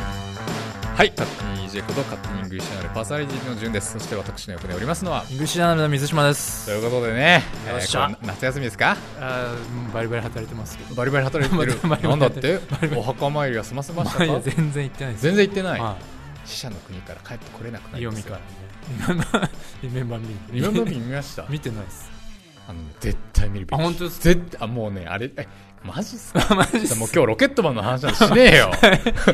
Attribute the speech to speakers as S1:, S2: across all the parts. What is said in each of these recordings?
S1: はい、勝手に EJ こと勝手にイングリッシュなるパーソナリティの順です。そして私の横におりますのは、
S2: イングリッシュナルの水島です
S1: ということでね、
S2: よっしゃ
S1: えーこれ夏休みですか
S2: あーバリバリ働いてますけど
S1: バリバリ働いてる。
S2: ま たバリバ
S1: な
S2: リ
S1: んだって
S2: バリバリ
S1: お墓参りは済ませました
S2: まあいや
S1: か
S2: 全然行ってないです
S1: 全然行ってない。
S2: は
S1: 死者の国から帰ってこれなくないり
S2: 読
S1: ま
S2: み
S1: す
S2: か
S1: よ
S2: らねリメンバーリメンバーミ
S1: 今
S2: ー
S1: の見ました
S2: 見てな いです
S1: あのね絶対見るべき。
S2: あ本当ですか
S1: 絶対、あ、もうね、あれ、えマジっすか
S2: マジっ
S1: もう
S2: す
S1: 今日ロケットマンの話なんてしねえ よ。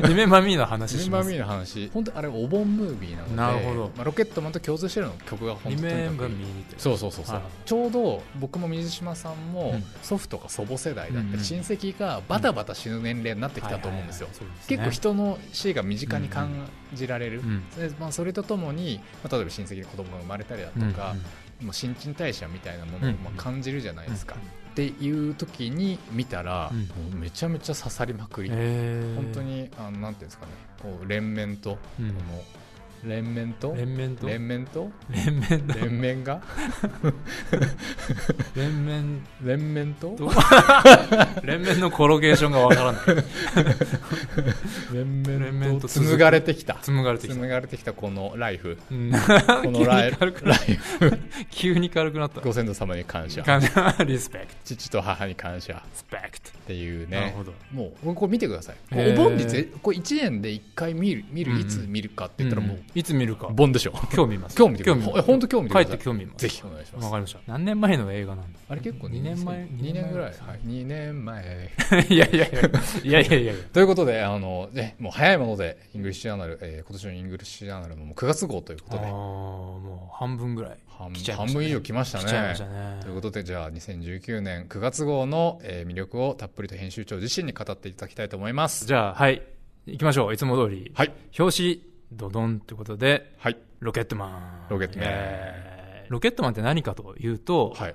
S2: リメンバーミーの話
S1: ジ
S2: し
S1: ンバ
S2: ま
S1: ーミ
S2: す
S1: ーの話、本当あれお盆ムービーなので、
S2: なるほど
S1: まあ、ロケットマンと共通してるの曲が本
S2: リ
S1: 当にとに
S2: メ
S1: か
S2: ン
S1: く
S2: バ
S1: い
S2: ー
S1: い
S2: ミーって
S1: そうそうそうそう、
S2: はい
S1: ちょうど僕も水島さんも、
S2: うん
S1: 祖父とか祖母世代だっ
S2: うん
S1: た
S2: うん
S1: り親戚がバタバタ死ぬ年齢になってきたと思うんですよ、
S2: はいはいはいそう
S1: 結構
S2: ですね
S1: 人の死が身近に感じられる、
S2: うん
S1: でまあ、それとともに、まあ、例えば親戚で子供が生まれたりだとか、もう新陳代謝みたいなものを
S2: うん
S1: まあ感じるじゃないですか、
S2: うん
S1: っていう時に見たら、
S2: うん
S1: もうめちゃめちゃ刺さりまくり、
S2: え
S1: 本当にあのなんていうんですかねこう連綿と、
S2: うん
S1: この連綿と
S2: 連綿と
S1: 連綿と
S2: 連綿だ
S1: 連綿が
S2: 連綿
S1: 連綿と
S2: と連綿のコロケーションがわからない
S1: 連
S2: 連
S1: 綿
S2: 綿
S1: と
S2: と
S1: 紡がれてきた
S2: 紡がれ てきた
S1: 紡がれてきたこのライ フ
S2: うん
S1: このライ
S2: 急に軽く
S1: ライフ
S2: 急に軽 くなった
S1: ご先祖様に感謝
S2: 感じリスペクト
S1: 父と母に感謝
S2: スペクト
S1: っていう
S2: なる
S1: ね
S2: ほど
S1: もうこれ見てください
S2: へー
S1: お盆にぜこれ1年で1回見る見る
S2: うんうん
S1: いつ見るかって言ったらも
S2: ん
S1: うん
S2: いつ見るか
S1: 盆で しょ
S2: 今日見ます
S1: 今日見てください
S2: ます
S1: え本当今日見てください
S2: 帰って今日見ます
S1: ぜひお願いしま
S2: わ
S1: す
S2: かりました何年前の映画なんだ
S1: あれ結構
S2: 2年前
S1: 2年ぐらい
S2: 二
S1: はい2年前
S2: いやいやいやいやいやいやいや
S1: ということであのねもう早いものでイングリッシュジャーナルえー今年のイングリッシュジャーナルももう9月号というこ
S2: あ
S1: と
S2: ー
S1: で
S2: もう半分ぐらい
S1: 半
S2: 来ちゃいま
S1: 半
S2: したね
S1: 分以上来ました
S2: 来ちゃいました
S1: ね
S2: ね
S1: ということでじゃあ2019年9月号のえー魅力をたっぷりと編集長自身に語っていただきたいと思います
S2: じゃあはい行きましょういつも通り
S1: はい
S2: 表紙ドドンってことで
S1: はい
S2: ロケットマン
S1: ロケットマン
S2: イエーイロケットマンって何かというと、
S1: はい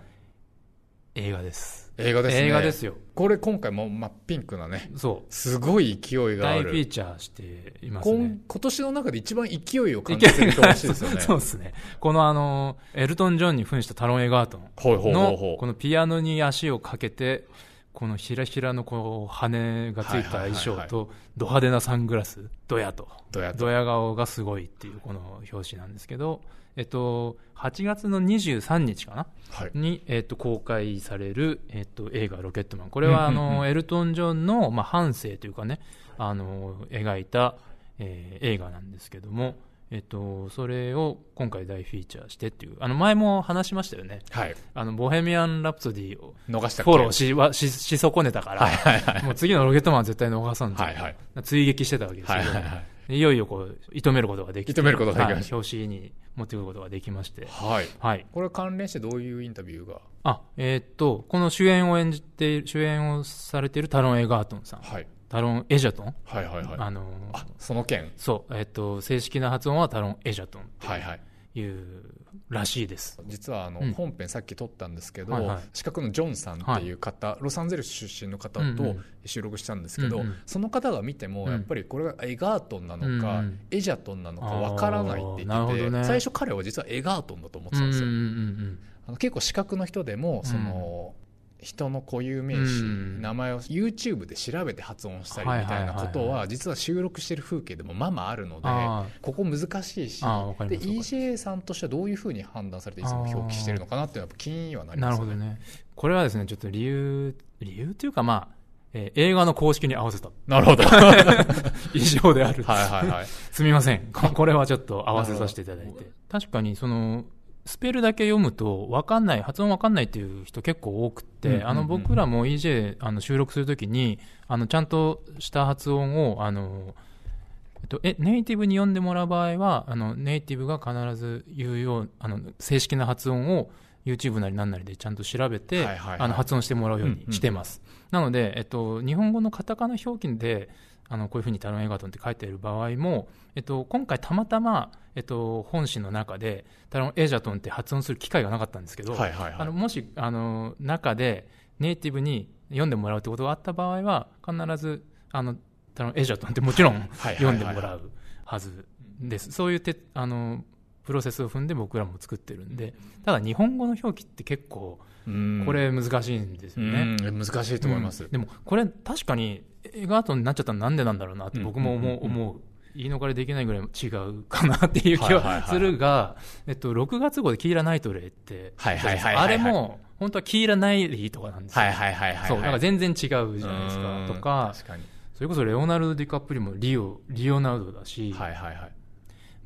S2: 映画です
S1: 映画ですね
S2: 映画ですよ
S1: これ今回も真っピンクなね
S2: そ
S1: すごい勢いうがあ
S2: 大フィ
S1: る
S2: ーチャーしていますね
S1: 今今年の中で一番勢いを
S2: い
S1: 感
S2: け
S1: じてる表紙ですよね
S2: そうですね。このあの、エルトン・ジョンに扮したタロン・エガートン
S1: ほうほうほうほ
S2: の
S1: う、
S2: このピアノに足をかけて、このひらひらのこう羽がついた
S1: はいはい
S2: 衣
S1: はい
S2: 装
S1: はい
S2: と、ド派手なサングラス、ドヤと、
S1: どうやって
S2: ドヤ顔がすごいっていうこの表紙なんですけど、えっと、8月の23日かな
S1: はい
S2: に、えっと、公開される、えっと、映画「ロケットマン」これはあ
S1: うんうんうん
S2: のエルトン・ジョンの、まあ、半生というかねあの描いた、えー映画なんですけども、えっと、それを今回大フィーチャーしてっていうあの前も話しましたよね
S1: はい
S2: 「あのボヘミアン・ラプソディ」を
S1: 逃したっけ
S2: フォローしはしし損ねたから、
S1: はいはいはい
S2: もう次の「ロケットマン」は絶対逃さんと、
S1: はいはい
S2: 追撃してたわけですよ、
S1: はいはいはい
S2: いよいよこう射止めることができて
S1: 射止めることができました
S2: はい表紙に持ってくることができまして、
S1: はい
S2: はい、
S1: これ関連してどういうインタビューが
S2: あ、えーっと、この主演を演じて、主演をされているタロン・エガートンさん。
S1: はい
S2: タロン・エジャトン、
S1: はいはいはい
S2: あのー
S1: あその件
S2: そう、えーっと、正式な発音はタロン・エジャトン
S1: はいはい
S2: というらしいです。
S1: 実はあの、
S2: うん
S1: 本編さっき撮ったんですけど、
S2: はいはい
S1: 近くのジョンさんっていう方、ロサンゼルス出身の方
S2: うんう
S1: と
S2: ん
S1: 収録したんですけど、
S2: うんうん
S1: その方が見て
S2: う
S1: も
S2: ん
S1: やっぱりこれがエガートンなのか、
S2: うんうん
S1: エジャトンなのかわからないって言って
S2: あーなる
S1: て、
S2: ほどね
S1: 最初彼は実はエガートンだと思って
S2: う
S1: た
S2: ん
S1: ん
S2: うん
S1: で
S2: う
S1: す
S2: ん
S1: よ、
S2: うん。
S1: あの結構視覚の人でもその、人の固有名詞、
S2: うん
S1: 名前を YouTube で調べて発音したりみたいなこと
S2: はいはいはい
S1: は実は収録してる風景でもまあまああるので
S2: あ
S1: ここ難しいし
S2: あ、ああ、わかり
S1: で
S2: ますわかります
S1: EJ さんとしてはどういうふうに判断されていつも表記してるのかなっていうのはやっぱ気にはなり
S2: な
S1: ま
S2: る
S1: す
S2: ほ
S1: ね
S2: どね。これはですね、ちょっと理由、理由というかまあ、えー映画の公式に合わせた
S1: なるほどはい
S2: 以上である。
S1: はいはい
S2: すみません。ここれはちょっと合わせさせていただい
S1: なる
S2: て。確かに、その、スペルだけ読むと、わかんない、発音わかんないっていう人結構多くて、
S1: うんうんうん
S2: あの、僕らも EJ、あの、収録するときに、あの、ちゃんとした発音を、あの、えっと、え、ネイティブに読んでもらう場合は、あの、ネイティブが必ず言うよう、あの、正式な発音を YouTube なりなんなりでちゃんと調べ
S1: は
S2: て、
S1: いはいはい
S2: あの、発音してもらうようにしてます。なので、えっと、日本語のカタカナ表記で、あのこういうふうにタロン・エガートンって書いてある場合も、えっと、今回たまたま、えっと、本誌の中でタロン・エジャトンって発音する機会がなかったんですけど、
S1: はいはい
S2: あ
S1: は
S2: の
S1: い
S2: もしあの中でネイティブに読んでもらうってことがあった場合は必ずあのタロン・エジャトンってもちろん
S1: はい
S2: 読んでもら
S1: う
S2: うはずです。そういうてあのプロセスを踏んで僕らも作ってるんで、ただ日本語の表記って結構これ難しいんですよね。
S1: 難しいと思います
S2: うんでもこれ確かに映画ートになっちゃったらなんでなんだろうなって僕も思う,、
S1: うんうんうん
S2: 思う言い逃れできないぐらい違うかなっていう気
S1: はいはいはい
S2: は
S1: はい
S2: するが、えっと、6月号でキーラ・ナイトレイって、
S1: はいはいはいはいはい
S2: あれも、本当はキーラ・ナイリーとかなんですよ。
S1: はいはいはいはい。
S2: そう、なんか全然違うじゃないです
S1: う
S2: か
S1: ん。
S2: とか、
S1: 確かに。
S2: それこそレオナルド・ディカプリもリオ、リオナルドだし、
S1: はいはいはい。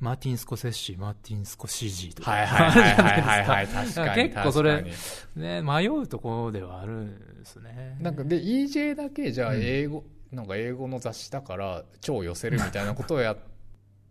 S2: マーティン・スコセッシ、マーティン・スコシージーとか、
S1: はいはいはいはいはいは
S2: あ
S1: い。
S2: るじゃないで
S1: 確
S2: すか
S1: かに。
S2: 結構それ
S1: 確かに
S2: ね、迷うところではあるんですね。
S1: なんかで EJ だけじゃあ
S2: うん
S1: 英語、なんか英語の雑誌だから超寄せるみたいなことをやっ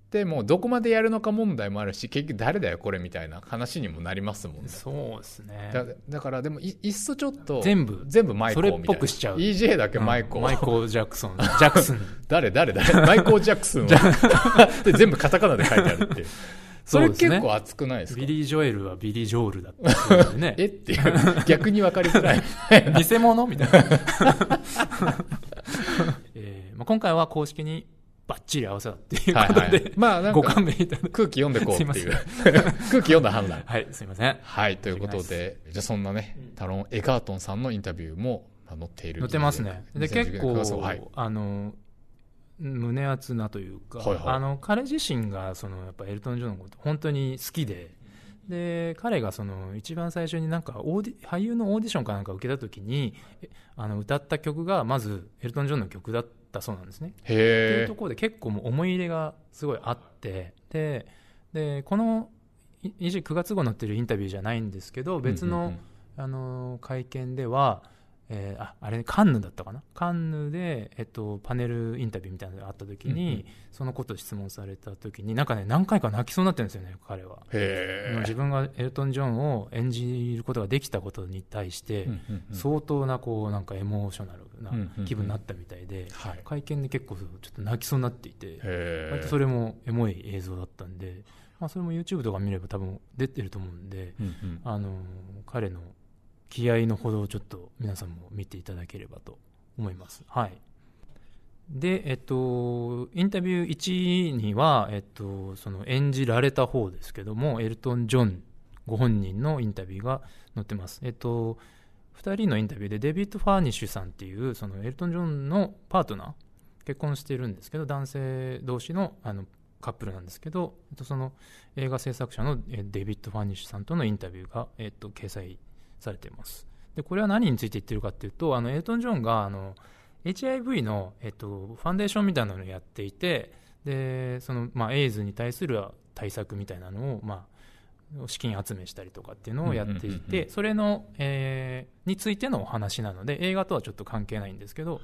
S1: てもどこまでやるのか問題もあるし結局誰だよこれみたいな話にもなりますもんね。
S2: そうですね。
S1: だだからでもいいっそちょっと
S2: 全部
S1: 全部マイコーみたいな
S2: それっぽくしちゃう
S1: EJ だけマイコー、
S2: うんマイコー・ジャクソン、ジャクソン。
S1: 誰誰誰マイコー・ジャクソンは で全部カタカナで書いてあるっていう そ
S2: そう
S1: れ
S2: ですね
S1: 結構熱くないですか。
S2: ビリー・ジョエルはビリー・ジョールだったっていう ね
S1: えっていう逆に分かりづ らい
S2: 偽物みたいな、 えーまあ、今回は公式にバッチリ合わせたっていう
S1: はい
S2: ことで、
S1: はいまあなん
S2: ご
S1: か
S2: 勘弁いただき
S1: 空気読んでこうっていう
S2: すいま
S1: 空気読んだ判断
S2: はいすいません
S1: はい、ということで、じゃあそんなね、タロン・エガートンさんのインタビューもまあ載っている。
S2: 載ってますねで結
S1: 2019年9
S2: 構、
S1: 月号はい。
S2: あの胸熱なというか、
S1: はいはい
S2: あの彼自身がそのやっぱエルトン・ジョンのこと本当に好きでで彼がその一番最初になんかオーディ俳優のオーディションかなんか受けた時にえあの歌った曲がまずエルトン・ジョンの曲だったそうなんですねっていう
S1: へ
S2: ところで結構もう思い入れがすごいあってででこのい29月号に載ってるインタビューじゃないんですけど
S1: え。
S2: 別の,、
S1: うんうんうん
S2: あの会見では、えーああれカンヌだったかなカンヌで、えっと、パネルインタビューみたいなのがあった時に、
S1: うんうん
S2: そのことを質問された時になんかね何回か泣きそうになってるんですよね彼は。
S1: へ
S2: 自分がエルトン・ジョンを演じることができたことに対して、
S1: え。うんうんうん
S2: 相当なこうなんかエモーショナル
S1: うんうんうん
S2: な気分になったみたいで、
S1: はい。へ
S2: 会見で結構そうちょっと泣きそうになっていて、割
S1: え
S2: と。それもエモい映像だったんで、まあ、それも YouTube とか見れば多分出てると思うんで、
S1: うんうん
S2: あのー彼の気合のほどをちょっと皆さんも見ていただければと思います。はいで、えっと、インタビュー1には、えっと、その演じられた方ですけども、エルトン・ジョンご本人のインタビューが載ってます。えっと、2人のインタビューでデビッド・ファーニッシュさんっていうそのエルトン・ジョンのパートナー結婚してるんですけど男性同士のあのカップルなんですけど、えっと、その映画制作者のえデビッド・ファーニッシュさんとのインタビューが、えっと、掲載されていますでこれは何について言ってるかっていうとあのエルトン・ジョンがあの HIV の、えっと、ファンデーションみたいなのをやっていてでその、まあ、エイズに対する対策みたいなのを、まあ、資金集めしたりとかっていうのをやってい
S1: うんうんうんう
S2: てそれの、えーについてのお話なので映画とはちょっと関係ないんですけど、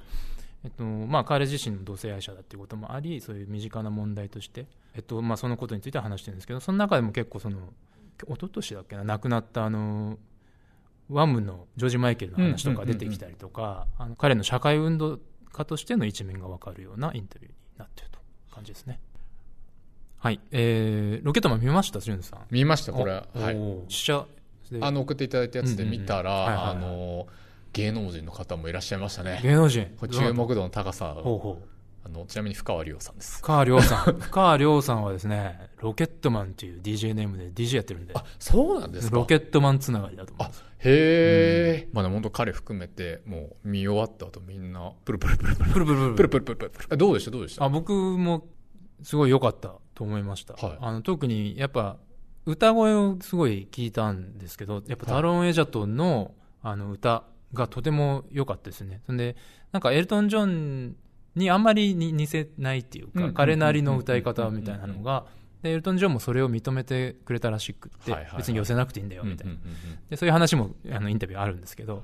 S2: えっとまあ、彼自身も同性愛者だっていうこともありそういう身近な問題として、えっとまあ、そのことについては話してるんですけどその中でも結構その一昨年だっけな亡くなったあのワムのジョージ・マイケルの話とか出てきたりとか、あの彼の社会運動家としての一面が分かるようなインタビューになっているという感じですね。はい、えー、ロケットマン見ました、ジュンさん。
S1: 見ました、これは。はい。
S2: お試写で
S1: あの、送っていただいたやつで見た
S2: うんうんうん
S1: ら、
S2: はい
S1: あ
S2: はいはい
S1: の、芸能人の方もいらっしゃいましたね。
S2: 芸能人
S1: これ注目度の高さ
S2: ほうほう
S1: あの、ちなみに深川亮さんです。
S2: 深川 亮さん深川亮さんはですねロケットマンっていう DJ ネームで DJ やってるんで
S1: あ、そうなんですか
S2: ロケットマンつながりだと思います
S1: へえ、まあでも本当彼含めてもう見終わった後みんなプルプルプルプル
S2: プルプルプル
S1: プルプルプルプルプルどうでしたどうでした
S2: あ僕もすごい良かったと思いました、
S1: はい
S2: あの特にやっぱ歌声をすごい聞いたんですけどやっぱタロン・エジャトンの,、あの歌がとても良かったですねそんでなんかエルトン・ジョンにあんまりに似せないってい
S1: う
S2: う
S1: んうんうんうんうんう
S2: か
S1: ん
S2: 彼なりの歌い方みたいなのがでエルトン・ジョンもそれを認めてくれたらしくって、
S1: はいはいはい
S2: 別に寄せなくていいんだよ
S1: うんうん
S2: み
S1: う
S2: たいな、
S1: んうん
S2: でそういう話もあのインタビューあるんですけど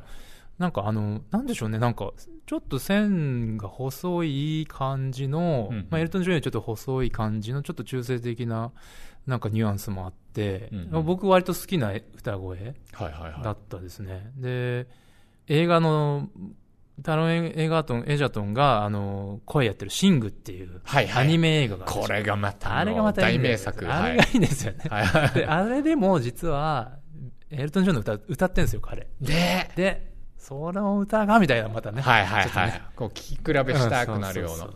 S2: なんかあのなんでしょうねなんかちょっと線が細い感じの、
S1: うんうん
S2: まあ、エルトン・ジョンよりちょっと細い感じのちょっと中性的ななんかニュアンスもあって、
S1: うんうん
S2: 僕割と好きな歌声
S1: はいはい
S2: だ
S1: は
S2: ったですね、で映画のタロン・エガートンエジャトンがあの声やってる「シング」っていう
S1: はいはい
S2: アニメ映画があるんで
S1: いこ
S2: すよ、
S1: れがまた
S2: あれがまたい
S1: 大
S2: いんだよ
S1: 名作
S2: あ
S1: は
S2: れ
S1: い
S2: がいいんですよね、
S1: はいは
S2: であれでも実はエルトン・ジョンの歌歌ってんですよ彼
S1: いね
S2: でその歌がみたいなまたね
S1: はいはい
S2: ちょっと
S1: はい、
S2: ね
S1: こう聞き比べしたくなるような
S2: そそ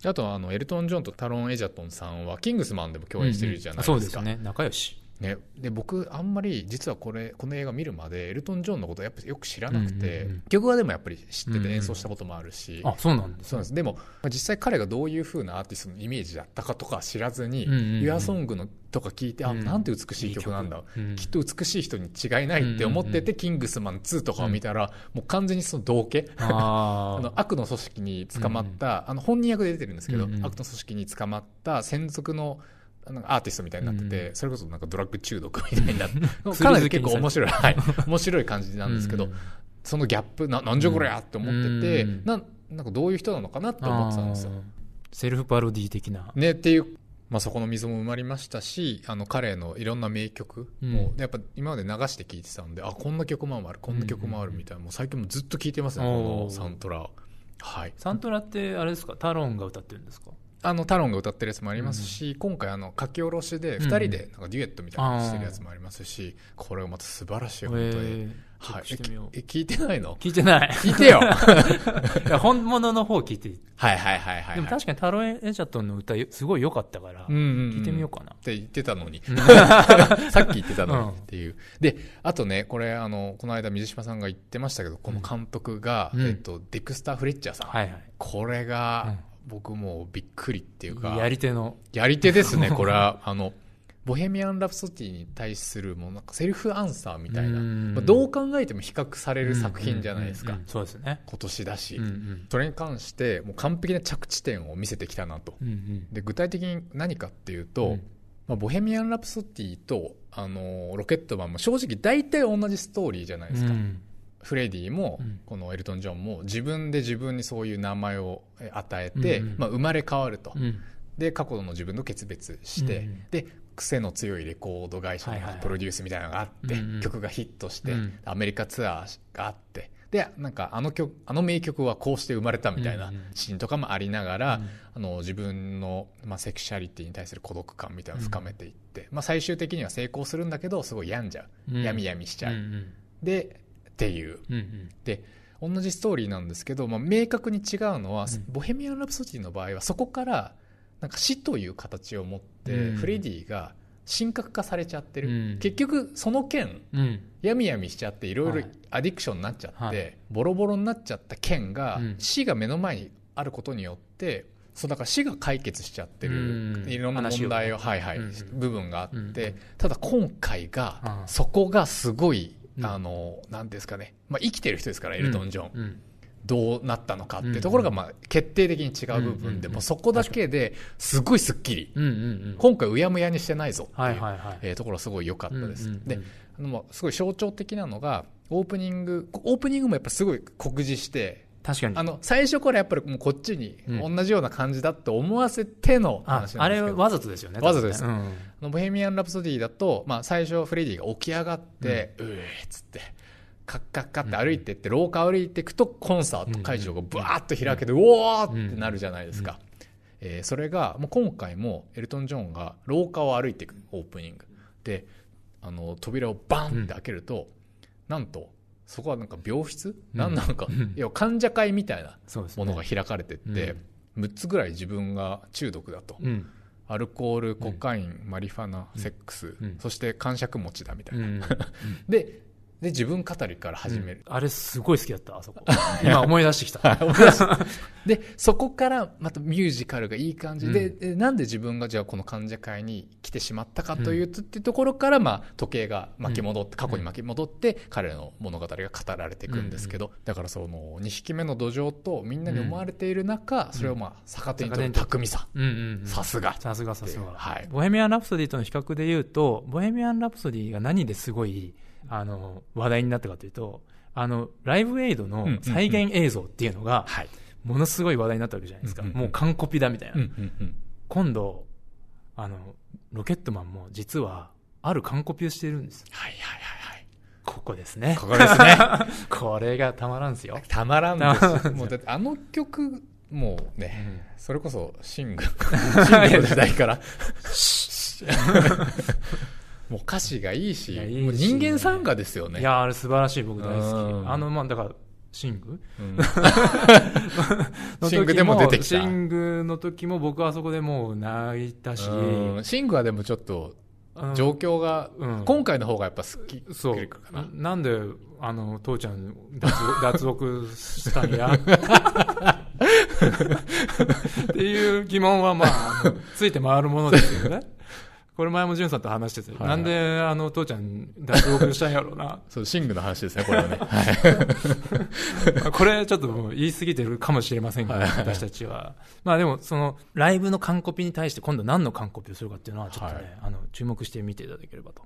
S2: そ
S1: あとあのエルトン・ジョンとタロン・エジャトンさんはキングスマンでも
S2: そ
S1: 共演してるじゃないですか、
S2: そうですね仲良し
S1: ね、で僕あんまり実はこれこの映画見るまでエルトン・ジョンのことやっぱよく知らなくて、
S2: うんうんうん
S1: 曲はでもやっぱり知って
S2: うんう
S1: て
S2: ん
S1: 演奏したこともあるし、
S2: あそうなんです
S1: そうなんですでもまあ実際彼がどういう風なアーティストのイメージだったかとかは知らずに「
S2: うんうんうん
S1: YOURSONG」のとか聞いて「あ
S2: うん
S1: なんて美しい曲なんだ」
S2: うん
S1: きっと美しい人に違いないって思ってて、
S2: うんうん
S1: キングスマン2とかを見たら、もう完全にその道化、
S2: あ
S1: あの
S2: ー
S1: 悪の組織に捕まった、あの本人役で出てるんですけど、
S2: うんうん
S1: 悪の組織に捕まった専属のあのアーティストみたいになってて、
S2: うんう
S1: それこそなんかドラッグ中毒みた いになって、
S2: うん
S1: かなり結構面白い、 はい、面白い感じ なんですけど、
S2: うんうん
S1: そのギャップななんじゃこりゃって思ってて、
S2: うんうん
S1: ななんかどういう人なのかなって思ってたんですよ。
S2: あーセルフパロディ的な
S1: ね、っていう、まあ、そこの溝も埋まりましたしあの彼のいろんな名曲も、
S2: うん
S1: やっぱ今まで流して聴いてたんであこんな曲もあるこんな曲もあるみたいな、もう最近もずっと聴いてますねこ
S2: おー
S1: のサントラはい
S2: サントラってあれですかタロンが歌ってるんですか
S1: あのタロンが歌ってるやつもありますし、今回あの書き下ろしで2人でなんかデュエットみたいなのしてるやつもありますし、これがまた素晴らしい
S2: え
S1: 本当に、
S2: ーチェ
S1: は
S2: ッ
S1: い
S2: クしてみよう、
S1: えきえ聞い てないの
S2: 聞い てない
S1: 聞いて よはい
S2: いや本物の方聞いていい
S1: はいはいはい、はい、
S2: でも確かにタロン・エジャトンの歌すごい良かったから
S1: うんうんうん
S2: 聞いてみようかな
S1: って言ってたの にさっき言ってたのにっていう、であとねこれあのこの間水島さんが言ってましたけどこの監督が、
S2: うん
S1: えっと、デクスター・フレッチャーさん、
S2: はいはい
S1: これが、僕もうびっくりっていうか
S2: やり手の
S1: やり手です ねこれはあのボヘミアン・ラプソディに対するもうなんかセルフアンサーみたいな、
S2: うん
S1: まあどう考えても比較される作品じゃないですか、
S2: うんうんうんうんそうですね
S1: 今年だし、
S2: うんうん
S1: それに関してもう完璧な着地点を見せてきたなと
S2: うんうん
S1: で具体的に何かっていうと、
S2: うん
S1: まあ、ボヘミアン・ラプソディと、あのーロケットマンも正直大体同じストーリーじゃないですか、
S2: うん
S1: フレディも、
S2: うん
S1: このエルトン・ジョンも自分で自分にそういう名前をえ与えて、
S2: うんうん
S1: まあ、生まれ変わると、
S2: うん
S1: で過去の自分と決別して、
S2: うんうん
S1: で癖の強いレコード会社
S2: はいはい
S1: の
S2: はい
S1: プロデュースみたいなのがあって、
S2: うんうん
S1: 曲がヒットして、
S2: うん
S1: アメリカツアーがあってでなんかあの曲あの名曲はこうして生まれたみたいな
S2: うんうん
S1: シーンとかもありながら、
S2: うん
S1: あの自分の、まあ、セクシャリティに対する孤独感みたいなのを深めていって、まあ、最終的には成功するんだけどすごい病んじゃう、
S2: うん
S1: 闇闇しちゃう、
S2: うんうん
S1: でっていう
S2: うんうん
S1: で同じストーリーなんですけど、まあ、明確に違うのは、
S2: うん
S1: ボヘミアン・ラプソディの場合はそこからなんか死という形を持って、
S2: うん
S1: フレディが神格化されちゃってる、
S2: うん
S1: 結局その件
S2: うん
S1: やみやみしちゃっていろい
S2: はい
S1: ろアディクションになっちゃって、
S2: はい
S1: ボロボロになっちゃった件が、
S2: うん
S1: 死が目の前にあることによってそうだから死が解決しちゃって
S2: う
S1: る
S2: ん
S1: いろんな問題を
S2: 話を
S1: はいはい
S2: うんうん
S1: 部分があって、
S2: うん
S1: ただ今回が
S2: あー
S1: そこがすごい。
S2: うん
S1: あのなんですかね、まあ、生きてる人ですからエルトン・ジョン、
S2: うん
S1: どうなったのかっていうところが、
S2: うん
S1: まあ、決定的に違う部
S2: うんうん
S1: 分で、
S2: うん
S1: もうそこだけですごいすっきり
S2: うんうんうん
S1: 今回うやむやにしてないぞっていう、
S2: はいはいはい
S1: えーところはすごい良かったです、
S2: うんうんうん
S1: であのまあすごい象徴的なのがオープニングオープニングもやっぱすごい酷似して
S2: 確かに
S1: あの最初からやっぱりもうこっちに
S2: うん
S1: 同じような感じだって思わせての
S2: あ
S1: 話な
S2: あ
S1: んで
S2: れ
S1: すけど、
S2: わざとですよね
S1: わざとです
S2: 多分ね
S1: あのボヘミアン・ラプソディだと、まあ、最初フレディが起き上がって、うえーっつってカッカッカって歩いてって、廊下歩いていくとコンサート会場がブワーッと開けて、うおーってなるじゃないですか、えーそれがもう今回もエルトン・ジョンが廊下を歩いていくオープニングであの扉をバンって開けると、なんとそこはなんか病室、
S2: うん
S1: なんなのか、
S2: うん
S1: いや患者会みたいな
S2: そうですね
S1: ものが開かれてって、6つぐらい自分が中毒だと、
S2: うん
S1: アルコール、コカイン、マリファナ、
S2: うん
S1: セックス、
S2: うん
S1: そして感触持ちだみた
S2: う
S1: いな、
S2: ん
S1: でで自分語りから始める、
S2: あれすごい好きだったあそこ今思い出してきた
S1: でそこからまたミュージカルがいい感じで,、
S2: うん
S1: でなんで自分がじゃあこの患者会に来てしまったかというと、ってところから、まあ、時計が巻き戻って過去に巻き戻って、彼らの物語が語られていくんですけど、だからその2匹目の土壌とみんなに思われている中、それをまあ逆手に取る巧みさ、
S2: うんうんうん
S1: さすが
S2: さすがさすが、
S1: はい
S2: ボヘミアン・ラプソディとの比較で言うとボヘミアン・ラプソディが何ですごいあの話題になったかというとあのライブエイド
S1: うんうんう
S2: の
S1: ん
S2: 再現映像っていうのが
S1: はい、
S2: ものすごい話題になったわけじゃないですか、
S1: うんうんうん
S2: もう完コピだみたいな、
S1: うんうんうん
S2: 今度あのロケットマンも実はある完コピをしてるんですよ
S1: はいはいはいはい
S2: ここですね
S1: ここですね
S2: これがたまらんですよ、
S1: たまらん
S2: たま
S1: ですもうだってあの曲もう
S2: う
S1: ね、
S2: ん
S1: それこそシング シングの時代からもう歌詞がいいし
S2: いやいいし
S1: もう人間参加ですよね
S2: いやあれ素晴らしい僕大好
S1: う
S2: き
S1: ん
S2: あのまあだからシング
S1: うん
S2: の時
S1: シングでも出てきた
S2: シングの時も僕はあそこでもう泣いたし
S1: うんシングはでもちょっと
S2: あの
S1: 状況が、
S2: うん
S1: 今回の方がやっぱ好き
S2: そう
S1: 来るかな
S2: なんであの父ちゃん脱 脱獄したんやっていう疑問はまああのついて回るものですよねこれ前もんさんと話してて、
S1: はいはい
S2: なんであの父ちゃん脱獄したんやろうな
S1: そうシングの話ですねこれはね
S2: これちょっともう言い過ぎてるかもしれませんが、
S1: はいはい
S2: 私たちはまあでもそのライブの完コピに対して今度何の完コピをするかっていうのはちょっとね、
S1: は
S2: あの注目して見ていただければと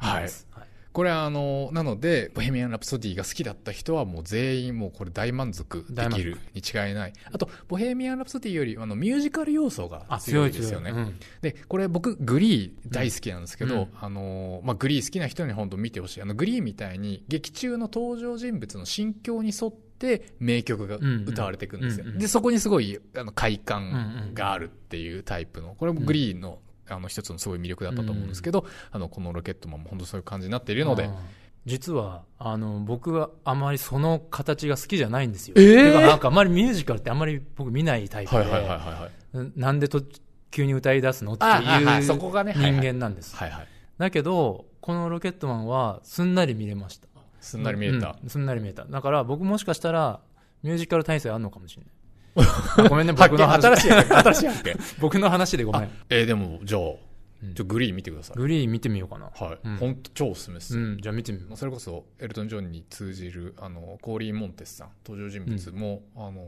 S2: 思
S1: はいい
S2: ます、はい
S1: これあのなので「ボヘミアン・ラプソディ」が好きだった人はもう全員もうこれ大満足できるに違いないあと「ボヘミアン・ラプソディ」よりあのミュージカル要素が
S2: あ
S1: 強
S2: 強
S1: い
S2: い
S1: ですよね
S2: 強いうん
S1: でこれ僕グリー大好きなんですけど、
S2: うん
S1: あのまあ、グリー好きな人に本当見てほしいあのグリーみたいに劇中の登場人物の心境に沿って名曲が
S2: んうん
S1: 歌われていくんですよ、
S2: うんうん
S1: でそこにすごいあの快感があるっていうタイプのこれもグリーの,、あの一つのすごい魅力だったと思うんですけど、あのこの「ロケットマン」も本当そういう感じになっているので
S2: あー実はあの僕はあまりその形が好きじゃないんですよ、
S1: えー
S2: てかなんかあまりミュージカルってあまり僕見ないタイプで、
S1: はいはいはいはいはい
S2: ななんでと急に歌い出すのって
S1: あはいはいいうそ
S2: 人
S1: こがねはいはい
S2: 間なんです、
S1: はいはい
S2: だけどこの「ロケットマン」はすんなり見れました
S1: すんなり見えた、
S2: うんすんなり見えただから僕もしかしたらミュージカル体制あるのかもし れないあごめんね
S1: 発
S2: 僕
S1: 見
S2: の話
S1: 新しい 新しい発見
S2: 僕の話でごめん
S1: えーでもじゃあ
S2: ん
S1: ちょグリー見てください、
S2: グリーン見てみようかな
S1: はい
S2: うん
S1: 本当超おすすめです、
S2: うんじゃあ見てみます
S1: それこそエルトン・ジョンに通じるあのコーリー・モンテスさん登場人物も、あの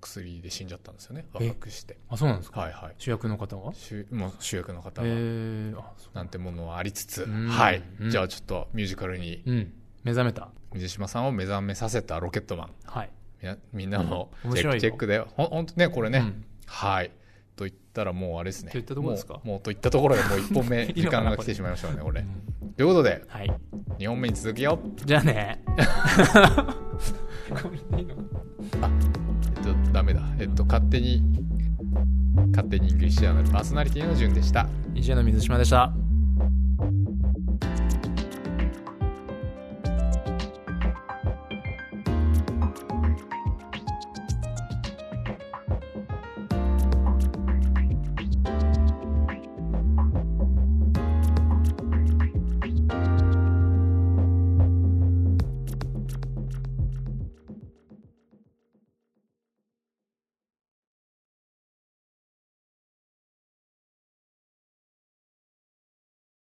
S1: 薬で死んじゃったんですよね
S2: え
S1: 若くして
S2: あそうなんですか
S1: はいはい
S2: 主役の方は
S1: 主もう主役の方
S2: え
S1: が
S2: ー、あそう
S1: なんてものはありつつ、
S2: うん
S1: はい、
S2: うん
S1: じゃあちょっとミュージカルに
S2: うん、目覚めた。
S1: 水島さんを目覚めさせたロケットマン
S2: はい。
S1: みなみんなも
S2: 面
S1: チェッ
S2: 白い
S1: ク
S2: よ
S1: チェックだよほんほんとねこれね、
S2: うん
S1: はいと言ったらもうあれですね
S2: といったところですか
S1: もうもうといったところでもう1本目
S2: いい
S1: 時
S2: のか
S1: 間
S2: な
S1: が来てしまいましたねこれということで
S2: はい。
S1: 2本目に続きよ
S2: じゃ あね。
S1: えっと、ダメだ。えっと、勝手に、勝手にイングリッシュジャーナルパーソナリティの順でした。
S2: EJ の水島でした。